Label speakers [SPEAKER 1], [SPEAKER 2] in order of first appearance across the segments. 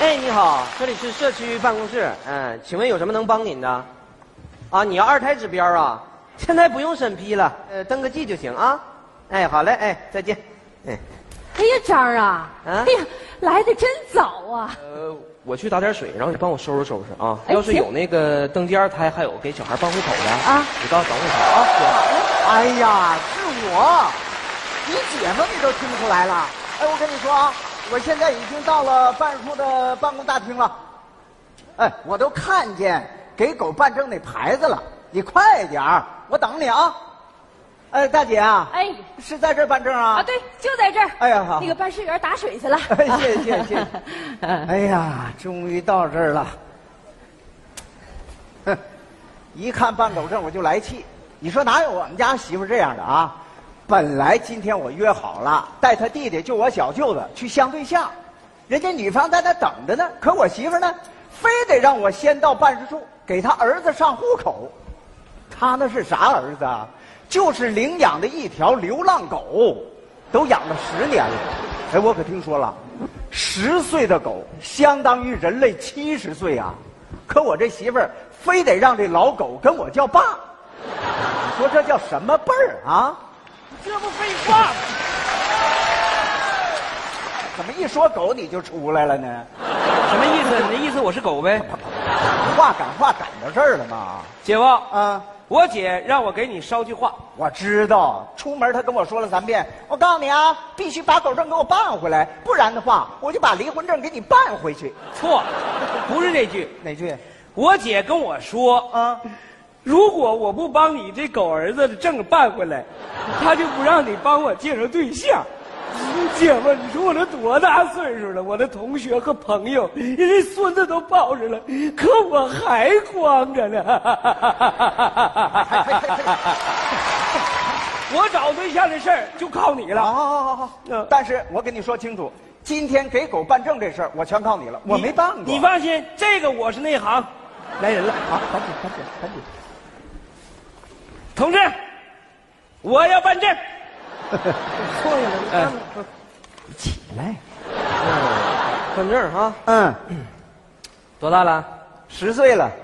[SPEAKER 1] 哎，你好，这里是社区办公室。嗯，请问有什么能帮您的？啊，你要二胎指标啊？现在不用审批了，呃，登个记就行啊。哎，好嘞，哎，再见。哎，
[SPEAKER 2] 哎呀，张儿啊，
[SPEAKER 1] 啊
[SPEAKER 2] 哎呀，来的真早啊！
[SPEAKER 1] 呃，我去打点水，然后你帮我收拾收拾啊。
[SPEAKER 2] 哎
[SPEAKER 1] 要是
[SPEAKER 2] 行
[SPEAKER 1] 有那个登记二胎，还有给小孩办户口的
[SPEAKER 2] 啊
[SPEAKER 1] 你告诉找户口啊。行。
[SPEAKER 3] 哎呀，是我，你姐夫你都听不出来了。哎，我跟你说啊，我现在已经到了办事处的办公大厅了。哎，我都看见给狗办证那牌子了，你快点儿，我等你啊。哎，大姐啊，
[SPEAKER 2] 哎，
[SPEAKER 3] 是在这儿办证啊？
[SPEAKER 2] 啊，对，就在这儿。
[SPEAKER 3] 哎呀好
[SPEAKER 2] 那个办事员打水去了。
[SPEAKER 3] 哎谢谢谢谢
[SPEAKER 2] 哎
[SPEAKER 3] 哎呀，终于到这儿了。哼，一看办狗证我就来气。你说哪有我们家媳妇这样的啊？本来今天我约好了带她弟弟，就我小舅子去相对象，人家女方在那等着呢。可我媳妇呢，非得让我先到办事处给她儿子上户口。他那是啥儿子啊？就是领养的一条流浪狗，都养了十年了。哎，我可听说了，十岁的狗相当于人类七十岁啊！可我这媳妇儿非得让这老狗跟我叫爸，你说这叫什么辈儿啊？
[SPEAKER 4] 这不废话吗？
[SPEAKER 3] 怎么一说狗你就出来了呢？
[SPEAKER 4] 什么意思？你的意思我是狗呗？
[SPEAKER 3] 话赶话赶到这儿了吗？
[SPEAKER 4] 姐夫，
[SPEAKER 3] 啊，
[SPEAKER 4] 我姐让我给你捎句话。
[SPEAKER 3] 我知道，出门他跟我说了三遍，我告诉你啊，必须把狗证给我办回来，不然的话，我就把离婚证给你办回去。
[SPEAKER 4] 错，不是这句。
[SPEAKER 3] 哪句？
[SPEAKER 4] 我姐跟我说，
[SPEAKER 3] 啊，
[SPEAKER 4] 如果我不帮你这狗儿子的证办回来，他就不让你帮我介绍对象。姐夫，你说我都多大岁数了？我的同学和朋友，人家孙子都抱着了，可我还光着呢。
[SPEAKER 3] 哎
[SPEAKER 4] 我找对象的事儿就靠你
[SPEAKER 3] 好
[SPEAKER 4] 了。
[SPEAKER 3] 好好好好
[SPEAKER 4] 嗯。
[SPEAKER 3] 但是我跟你说清楚，今天给狗办证这事儿，我全靠你了，我
[SPEAKER 4] 你
[SPEAKER 3] 没办过。
[SPEAKER 4] 你放心，这个我是内行。来人了，
[SPEAKER 3] 啊？赶紧赶紧赶紧！
[SPEAKER 4] 同志，我要办证。
[SPEAKER 3] 错呀，你
[SPEAKER 1] 嗯
[SPEAKER 4] 哎
[SPEAKER 3] 起来。
[SPEAKER 1] 办证啊？
[SPEAKER 3] 嗯，
[SPEAKER 1] 多大了？
[SPEAKER 3] 十岁了。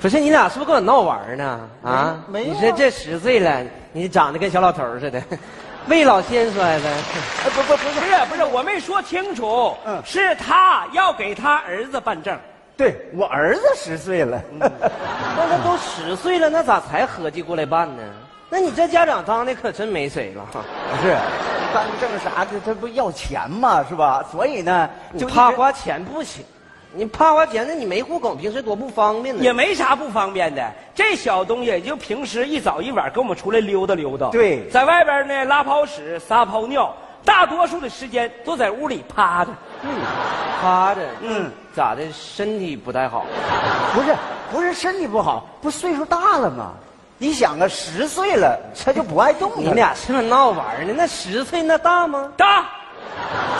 [SPEAKER 1] 不是你俩是不是跟我闹玩呢？啊，
[SPEAKER 3] 没没有啊
[SPEAKER 1] 你说这十岁了，你长得跟小老头儿似的， 未老先衰呗。
[SPEAKER 3] 哎，不不不
[SPEAKER 4] 不
[SPEAKER 3] 是，
[SPEAKER 4] 是不是，我没说清楚，
[SPEAKER 3] 嗯
[SPEAKER 4] 是他要给他儿子办证。
[SPEAKER 3] 对我儿子十岁了。
[SPEAKER 1] 那他都十岁了，那咋才合计过来办呢？那你这家长当的可真没 谁了。
[SPEAKER 3] 不是，办证啥的，这不要钱嘛，是吧？所以呢，
[SPEAKER 1] 你
[SPEAKER 3] 就一直
[SPEAKER 1] 怕花钱不行，你怕花钱，那你没户口，平时多不方便呢。
[SPEAKER 4] 也没啥不方便的，这小东西也就平时一早一晚跟我们出来溜达溜达。
[SPEAKER 3] 对
[SPEAKER 4] 在外边呢拉泡屎、撒泡尿，大多数的时间都在屋里趴着。
[SPEAKER 1] 嗯，趴着，
[SPEAKER 3] 嗯，
[SPEAKER 1] 咋的？身体不太好。
[SPEAKER 3] 不是不是身体不好，不岁数大了吗？你想啊，十岁了，他就不爱动弹了。
[SPEAKER 1] 你俩是不是闹玩呢？那十岁那大吗？
[SPEAKER 4] 大，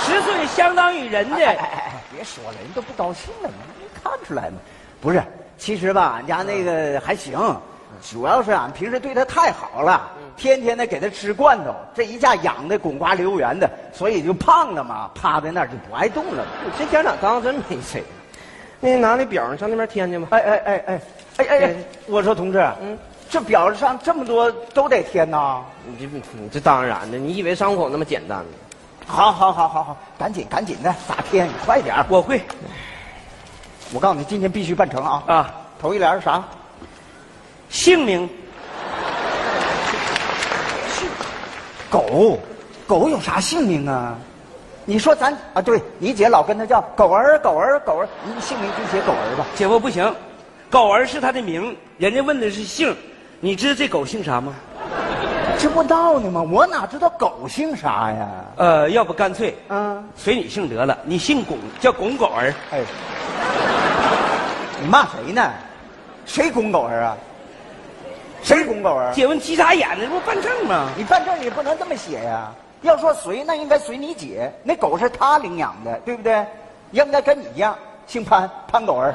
[SPEAKER 4] 十岁相当于人
[SPEAKER 3] 哎哎
[SPEAKER 4] 的。
[SPEAKER 3] 哎哎，别说了，人都不高兴了，你没看出来吗？不是，其实吧，俺家那个还行，主要是俺平时对他太好了，天天的给他吃罐头，这一下养的滚瓜溜圆的，所以就胖了嘛，趴在那儿就不爱动了嘛。
[SPEAKER 1] 你这家长当真没谁。那拿那表上那边填去吧。
[SPEAKER 3] 哎哎哎哎哎哎哎
[SPEAKER 1] 嗯！
[SPEAKER 3] 我说同志，啊
[SPEAKER 1] 嗯
[SPEAKER 3] 这表上这么多都得填呐。
[SPEAKER 1] 你这你这当然的，你以为伤口那么简单呢？
[SPEAKER 3] 好好好好好，赶紧赶紧的，咋填？你快点儿
[SPEAKER 4] 我会
[SPEAKER 3] 我告诉你，今天必须办成啊！
[SPEAKER 4] 啊，
[SPEAKER 3] 头一联是啥？
[SPEAKER 4] 姓名
[SPEAKER 3] 狗，狗有啥姓名啊？你说咱啊，对你姐老跟他叫狗儿，狗儿，狗儿，你姓名就写狗儿吧。
[SPEAKER 4] 姐夫不行，狗儿是他的名，人家问的是姓，你知道这狗姓啥吗？
[SPEAKER 3] 这不闹呢吗？我哪知道狗姓啥呀？
[SPEAKER 4] 呃，要不干脆
[SPEAKER 3] 啊，
[SPEAKER 4] 随你姓得了，你姓巩，叫巩狗儿。
[SPEAKER 3] 哎，你骂谁呢？谁拱狗儿啊？谁拱狗儿？啊
[SPEAKER 4] 姐夫，你急啥眼呢？这不办证吗？
[SPEAKER 3] 你办证也不能这么写呀、要说随，那应该随你姐，那狗是她领养的，对不对？应该跟你一样，姓潘，潘狗儿。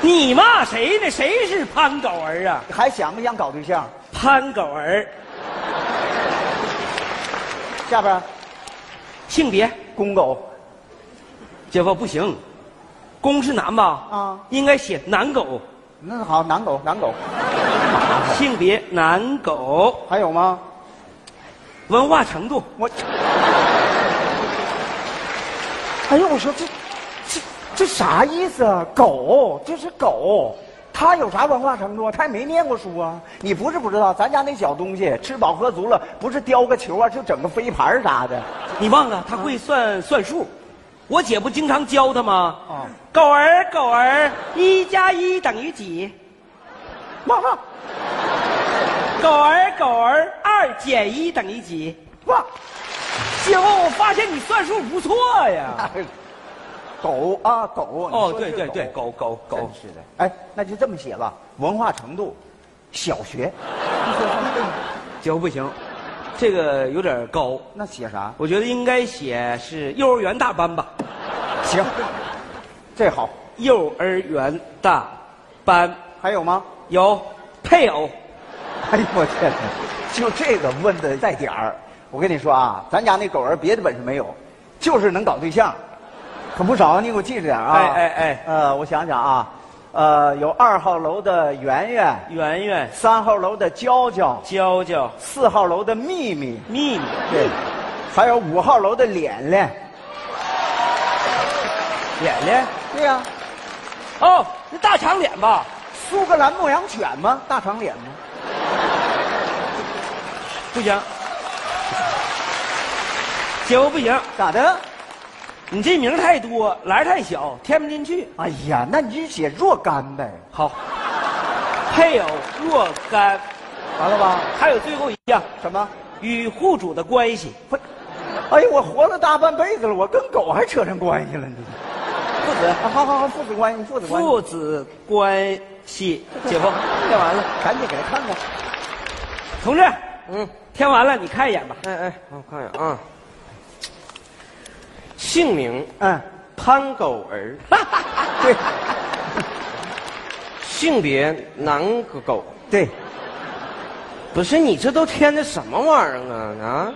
[SPEAKER 4] 你骂谁呢？谁是潘狗儿啊？
[SPEAKER 3] 你还想不想搞对象？
[SPEAKER 4] 潘狗儿，
[SPEAKER 3] 下边儿，
[SPEAKER 4] 性别，
[SPEAKER 3] 公狗
[SPEAKER 4] 姐夫不行，公是男吧？
[SPEAKER 3] 啊，
[SPEAKER 4] 应该写男狗，
[SPEAKER 3] 那好，男狗男狗，
[SPEAKER 4] 性别男狗，
[SPEAKER 3] 还有吗？
[SPEAKER 4] 文化程度，
[SPEAKER 3] 我，哎呦，我说这，这这啥意思啊？狗，这是狗，它有啥文化程度啊？它也没念过书啊！你不是不知道，咱家那小东西吃饱喝足了，不是叼个球啊，就整个飞盘儿啥的。
[SPEAKER 4] 你忘了他
[SPEAKER 1] 啊
[SPEAKER 4] 会算算数，我姐不经常教他吗？
[SPEAKER 3] 哦
[SPEAKER 4] 狗儿狗儿，一加一等于几？
[SPEAKER 3] 妈妈，
[SPEAKER 4] 狗儿狗儿，二减一等于几？
[SPEAKER 3] 妈，
[SPEAKER 4] 姐夫，我发现你算数不错呀。
[SPEAKER 3] 狗啊狗！你
[SPEAKER 4] 哦，
[SPEAKER 3] 说
[SPEAKER 4] 对
[SPEAKER 3] 是
[SPEAKER 4] 对对，狗狗狗
[SPEAKER 3] 真，是的。啊哎，那就这么写吧，文化程度，小学。
[SPEAKER 4] 姐夫不行，这个有点高，
[SPEAKER 3] 那写啥？
[SPEAKER 4] 我觉得应该写是幼儿园大班吧，
[SPEAKER 3] 行，这好。
[SPEAKER 4] 幼儿园大班
[SPEAKER 3] 还有吗？
[SPEAKER 4] 有配偶。
[SPEAKER 3] 哎呦我天哪！就这个问的带点儿，我跟你说啊，咱家那狗儿别的本事没有，就是能搞对象，可不少。你给我记着点儿啊！
[SPEAKER 4] 哎哎哎
[SPEAKER 3] 呃，我想想啊，呃，有二号楼的圆圆，
[SPEAKER 4] 圆圆、
[SPEAKER 3] 三号楼的娇娇，
[SPEAKER 4] 娇娇、
[SPEAKER 3] 四号楼的秘密，
[SPEAKER 4] 秘密，
[SPEAKER 3] 对，还有五号楼的脸脸。
[SPEAKER 4] 脸脸，
[SPEAKER 3] 对呀、
[SPEAKER 4] 哦，那大长脸吧？
[SPEAKER 3] 苏格兰牧羊犬吗？大长脸吗？
[SPEAKER 4] 不行，姐夫不行，
[SPEAKER 3] 咋的？
[SPEAKER 4] 你这名儿太多，栏儿太小，填不进去。
[SPEAKER 3] 哎呀，那你就写若干呗，
[SPEAKER 4] 好，配偶若干，
[SPEAKER 3] 完了吧？
[SPEAKER 4] 还有最后一样，
[SPEAKER 3] 什么？
[SPEAKER 4] 与户主的关系。
[SPEAKER 3] 不，哎呦，我活了大半辈子了，我跟狗还扯上关系了呢。
[SPEAKER 4] 父子
[SPEAKER 3] 啊，好好好，父子关系，父子关系，
[SPEAKER 4] 父子关系，姐夫
[SPEAKER 3] 干完了，赶紧给他看看。
[SPEAKER 4] 同志，
[SPEAKER 1] 嗯，
[SPEAKER 4] 填完了你看一眼吧。
[SPEAKER 1] 哎哎，我看一眼啊，姓名
[SPEAKER 3] 嗯，
[SPEAKER 1] 潘狗儿，
[SPEAKER 3] 对
[SPEAKER 1] 性别男狗。
[SPEAKER 3] 对，
[SPEAKER 1] 不是你这都添的什么玩意儿啊啊！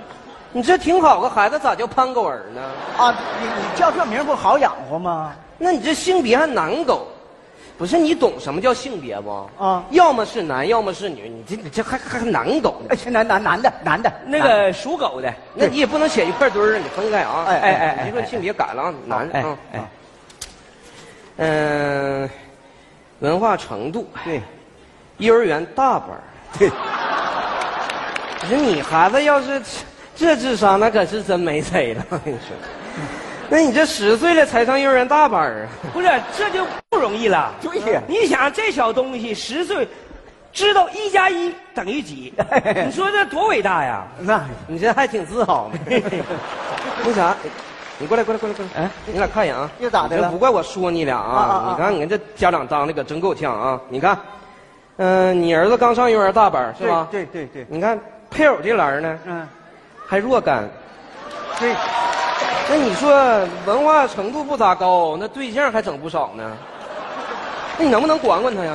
[SPEAKER 1] 你这挺好个孩子，咋叫潘狗儿呢？
[SPEAKER 3] 啊，你你叫这名不好养活吗？
[SPEAKER 1] 那你这性别还男狗？不是你懂什么叫性别不？
[SPEAKER 3] 啊
[SPEAKER 1] 要么是男，要么是女，你这你这还还还男狗呢？
[SPEAKER 3] 哎，男男男的男的，
[SPEAKER 4] 那个属狗的，
[SPEAKER 1] 那你也不能写一块堆儿啊，你分开啊！
[SPEAKER 3] 哎哎哎哎
[SPEAKER 1] 你这个性别改了啊，男
[SPEAKER 4] 哎
[SPEAKER 1] 啊，
[SPEAKER 4] 哎，
[SPEAKER 3] 哦
[SPEAKER 1] 嗯、文化程度，
[SPEAKER 3] 对
[SPEAKER 1] 幼儿园大班儿。
[SPEAKER 3] 对，
[SPEAKER 1] 不是你孩子要是这智商，那可是真没谁了。我跟你说，那你这十岁了才上幼儿园大班儿啊？
[SPEAKER 4] 不是这就不容易了。
[SPEAKER 3] 对呀
[SPEAKER 4] 你想这小东西十岁，知道一加一等于几？你说这多伟大呀！
[SPEAKER 3] 那
[SPEAKER 1] 你这还挺自豪呢。那啥，你过来，过来，过来，过来。哎，你俩看一眼啊。
[SPEAKER 3] 又咋的
[SPEAKER 1] 你
[SPEAKER 3] 了
[SPEAKER 1] 这不怪我说你俩啊！
[SPEAKER 3] 啊啊啊
[SPEAKER 1] 你看，你看这家长当的可真够呛啊！你看，嗯、你儿子刚上幼儿园大班儿是吧？
[SPEAKER 3] 对对对，对
[SPEAKER 1] 你看配偶这栏儿呢，
[SPEAKER 3] 嗯，
[SPEAKER 1] 还若干。
[SPEAKER 3] 对，
[SPEAKER 1] 那你说文化程度不咋高，那对象还整不少呢。那你能不能管管他呀？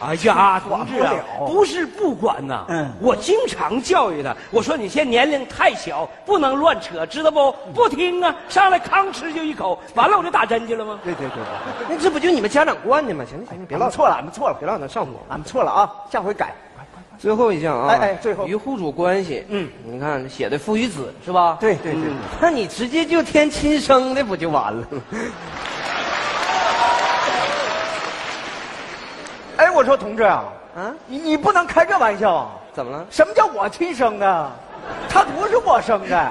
[SPEAKER 4] 哎呀，同志啊
[SPEAKER 3] 管不了
[SPEAKER 4] 不是不管呐、
[SPEAKER 3] 嗯
[SPEAKER 4] 我经常教育他，我说你现在年龄太小，不能乱扯，知道不？不听啊，上来吭吃就一口，完了我就打针去了吗？
[SPEAKER 3] 对对对对，
[SPEAKER 1] 那这不就你们家长惯的吗？行了行了，别
[SPEAKER 3] 别
[SPEAKER 1] 唠
[SPEAKER 3] 唠
[SPEAKER 1] 了，
[SPEAKER 3] 错了，俺们错了，
[SPEAKER 1] 别唠了，上头。
[SPEAKER 3] 俺们错了啊，下回改。
[SPEAKER 1] 最后一项啊，
[SPEAKER 3] 哎哎最后
[SPEAKER 1] 与户主关系，嗯，你看写的父与子是吧？
[SPEAKER 3] 对对对
[SPEAKER 1] 嗯那你直接就添亲生的不就完了？
[SPEAKER 3] 哎，我说同志啊，
[SPEAKER 1] 啊，
[SPEAKER 3] 你你不能开这玩笑啊！
[SPEAKER 1] 怎么了？
[SPEAKER 3] 什么叫我亲生的？他不是我生 的。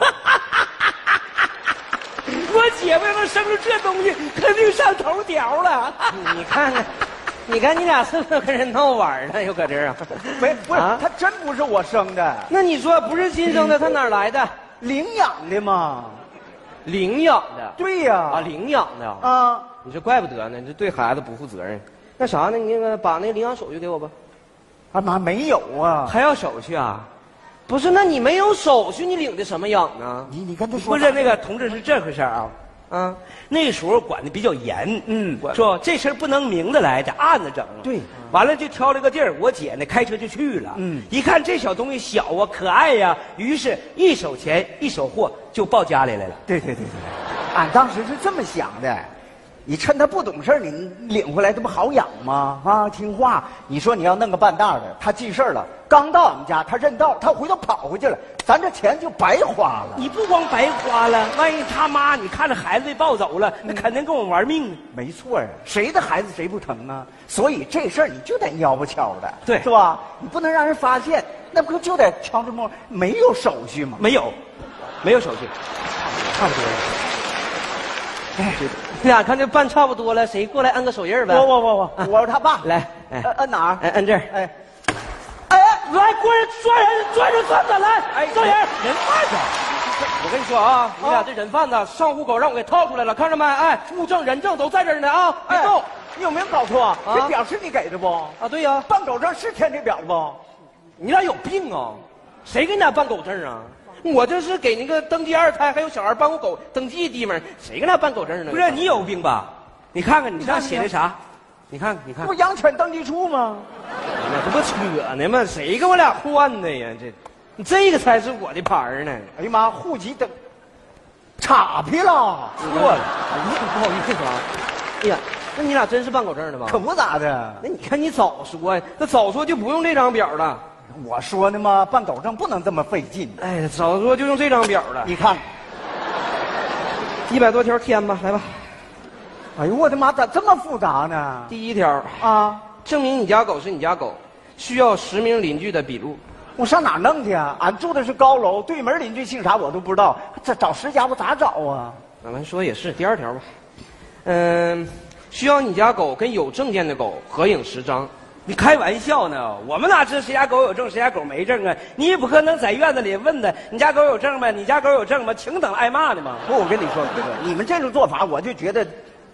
[SPEAKER 4] 我姐夫要能生出这东西，肯定上头条了。
[SPEAKER 1] 你看看，你看你俩是不是跟人闹玩呢？又搁这儿啊？
[SPEAKER 3] 没，不是，
[SPEAKER 1] 啊
[SPEAKER 3] 他真不是我生的，
[SPEAKER 1] 那你说不是亲生的，他哪儿来的？
[SPEAKER 3] 领养的嘛。
[SPEAKER 1] 领养的
[SPEAKER 3] 对呀、
[SPEAKER 1] 啊，
[SPEAKER 3] 啊，
[SPEAKER 1] 领养的啊，你这怪不得呢，你这对孩子不负责任。那啥呢？你那个把那个领养手续给我吧。
[SPEAKER 3] 啊妈没有啊。
[SPEAKER 1] 还要手续啊？不是，那你没有手续，你领的什么养呢？
[SPEAKER 3] 你你跟他说
[SPEAKER 4] 不是那个同志是这回事儿啊，
[SPEAKER 1] 嗯，
[SPEAKER 4] 那时候管的比较严，
[SPEAKER 3] 嗯
[SPEAKER 4] 管说这事儿不能明着来，得暗着整。
[SPEAKER 3] 对，
[SPEAKER 4] 完了就挑了个地儿，我姐呢开车就去了，
[SPEAKER 3] 嗯
[SPEAKER 4] 一看这小东西小啊，可爱呀、于是一手钱一手货就抱家里来了。
[SPEAKER 3] 对对对对，俺当时是这么想的，你趁他不懂事儿，你领回来，这不好养吗？啊，听话。你说你要弄个半大的，他记事儿了，刚到俺们家，他认道，他回头跑回去了，咱这钱就白花
[SPEAKER 1] 啊
[SPEAKER 3] 了。
[SPEAKER 4] 你不光白花了，万一他妈你看着孩子被抱走了，
[SPEAKER 1] 嗯
[SPEAKER 4] 那肯定跟我玩命啊！
[SPEAKER 3] 没错啊，谁的孩子谁不疼啊？所以这事儿你就得蔫不悄的，
[SPEAKER 4] 对
[SPEAKER 3] 是吧？你不能让人发现，那不就得悄着摸，没有手续吗？
[SPEAKER 4] 没有，没有手续，差不多了。
[SPEAKER 1] 你俩看这办差不多了，谁过来按个手印儿呗？
[SPEAKER 3] 我我我我，啊我是他爸。
[SPEAKER 1] 来，哎
[SPEAKER 3] 摁，摁哪儿？
[SPEAKER 1] 哎，摁这儿。
[SPEAKER 3] 哎，哎，
[SPEAKER 4] 来，过来抓人，抓人贩子，来，哎，抓人，人贩子。
[SPEAKER 1] 我跟你说啊，你俩这人贩子上户口让我给套出来了，看着没？哎，物证、人证都在这儿呢啊！别
[SPEAKER 3] 哎
[SPEAKER 1] 动！
[SPEAKER 3] 你有没有搞错啊？
[SPEAKER 1] 啊
[SPEAKER 3] 这表是你给的不？
[SPEAKER 1] 啊，对呀、
[SPEAKER 3] 办狗证是填这表不？
[SPEAKER 1] 你俩有病啊！谁给你俩办狗证啊？我这是给那个登记二胎还有小孩办户口登记地方，谁给俩办狗证呢？
[SPEAKER 4] 不是你有病吧？你看看你上写的啥？你看看，你看
[SPEAKER 3] 不，养犬登记处吗？
[SPEAKER 1] 这不扯呢吗？谁跟我俩换的呀？这，你这个才是我的牌儿呢。
[SPEAKER 3] 哎呀妈，户籍登，岔劈了，
[SPEAKER 1] 错了，哎不好意思啊。哎呀，那你俩真是办狗证的吧？
[SPEAKER 3] 可不咋的。
[SPEAKER 1] 那你看你早说呀，那早说就不用这张表了。
[SPEAKER 3] 我说呢嘛，办狗证不能这么费劲。
[SPEAKER 1] 哎，早说就用这张表了。
[SPEAKER 3] 你看，
[SPEAKER 1] 一百多条填吧，来吧。
[SPEAKER 3] 哎呦我的妈，咋这么复杂呢？
[SPEAKER 1] 第一条，
[SPEAKER 3] 啊，
[SPEAKER 1] 证明你家狗是你家狗，需要实名邻居的笔录。
[SPEAKER 3] 我上哪儿弄去啊？俺住的是高楼，对门邻居姓啥我都不知道，这找石家伙咋找啊？
[SPEAKER 1] 俺们说也是，第二条吧。嗯，需要你家狗跟有证件的狗合影十张。
[SPEAKER 4] 你开玩笑呢？我们哪知谁家狗有证，谁家狗没证啊？你也不可能在院子里问他，你家狗有证没？你家狗有证吗？请等挨骂的吗？
[SPEAKER 3] 不，我跟你说，哥哥，你们这种做法，我就觉得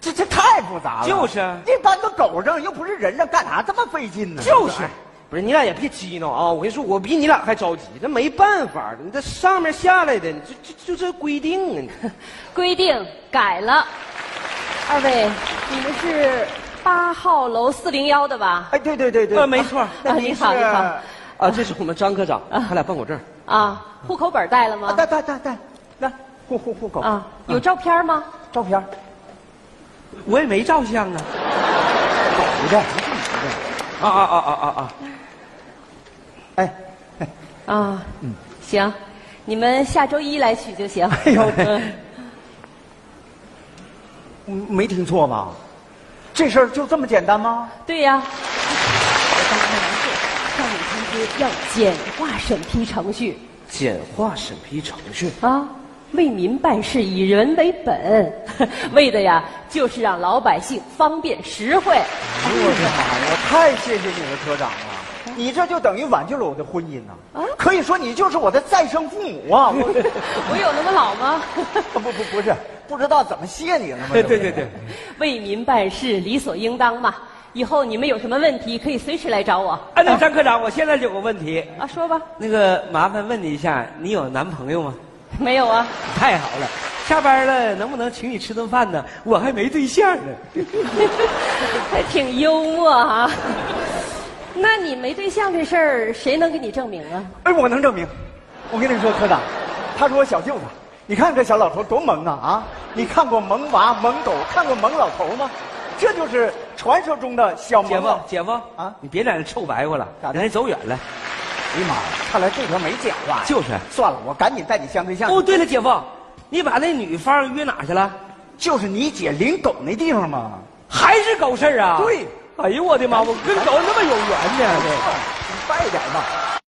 [SPEAKER 3] 这这太复杂了。
[SPEAKER 4] 就是啊
[SPEAKER 3] 一般的狗证又不是人证，干啥这么费劲呢？
[SPEAKER 4] 就是
[SPEAKER 1] 哎不是你俩也别激闹啊！我跟你说，我比你俩还着急，这没办法，你这上面下来的，你这这就这规定啊！
[SPEAKER 2] 规定改了。二位，你们是八号楼四零幺的吧？
[SPEAKER 3] 哎，对对对对，
[SPEAKER 4] 呃， 没错，
[SPEAKER 3] 那
[SPEAKER 2] 啊，
[SPEAKER 3] 您
[SPEAKER 2] 你好，
[SPEAKER 3] 是
[SPEAKER 2] 你好。
[SPEAKER 1] 啊，这是我们张科长，他俩办狗证。
[SPEAKER 2] 啊，户口本带了
[SPEAKER 3] 啊，
[SPEAKER 2] 吗？
[SPEAKER 3] 带带带带，来户户户口
[SPEAKER 2] 啊，有照片吗？
[SPEAKER 3] 照片，
[SPEAKER 4] 我也没照相啊。
[SPEAKER 3] 狗的，
[SPEAKER 4] 啊啊啊啊啊啊！
[SPEAKER 3] 哎，
[SPEAKER 2] 啊，行，你们下周一来取就行。
[SPEAKER 3] 哎 呦
[SPEAKER 2] 嗯
[SPEAKER 3] 嗯没听错吧？这事儿就这么简单吗？
[SPEAKER 2] 对呀、我刚才没说，上面通知要简化审批程序
[SPEAKER 1] 简化审批程序，
[SPEAKER 2] 啊，为民办事以人为本， 为的呀就是让老百姓方便实惠。
[SPEAKER 3] 哎呦我的妈呀！太谢谢你了，科长啊！你这就等于挽救了我的婚姻呐、
[SPEAKER 2] 啊
[SPEAKER 3] 可以说你就是我的再生父母啊！我
[SPEAKER 2] 我有那么老吗？
[SPEAKER 3] 不不不是，不知道怎么谢你了吗？
[SPEAKER 4] 对对对对，
[SPEAKER 2] 为民办事理所应当嘛。以后你们有什么问题可以随时来找我
[SPEAKER 4] 哎，那个张科长，我现在就有个问题，
[SPEAKER 2] 啊，说吧。
[SPEAKER 4] 那个麻烦问你一下，你有男朋友吗？
[SPEAKER 2] 没有 啊，
[SPEAKER 4] 太好了，下班了能不能请你吃顿饭呢？我还没对象呢。
[SPEAKER 2] 还挺幽默啊。那你没对象这事儿，谁能给你证明啊？
[SPEAKER 3] 哎，我能证明。我跟你说，科长，他是我小舅子。你看这小老头多萌啊啊！你看过萌娃、萌狗，看过萌老头吗？这就是传说中的小萌
[SPEAKER 4] 姐夫
[SPEAKER 3] 啊，！
[SPEAKER 4] 姐夫
[SPEAKER 3] 啊
[SPEAKER 4] 你别在那臭白活了，
[SPEAKER 3] 咋的
[SPEAKER 4] 人家走远了。
[SPEAKER 3] 哎呀妈呀，看来这条没讲话呀。
[SPEAKER 4] 就是
[SPEAKER 3] 算了，我赶紧带你相对象。
[SPEAKER 4] 哦，对了，姐夫，你把那女方约哪去了？
[SPEAKER 3] 就是你姐领狗那地方嘛。
[SPEAKER 4] 还是狗事儿啊？
[SPEAKER 3] 对，
[SPEAKER 4] 哎呦我的妈，我跟狗那么有缘呢。这
[SPEAKER 3] 你快一点吧。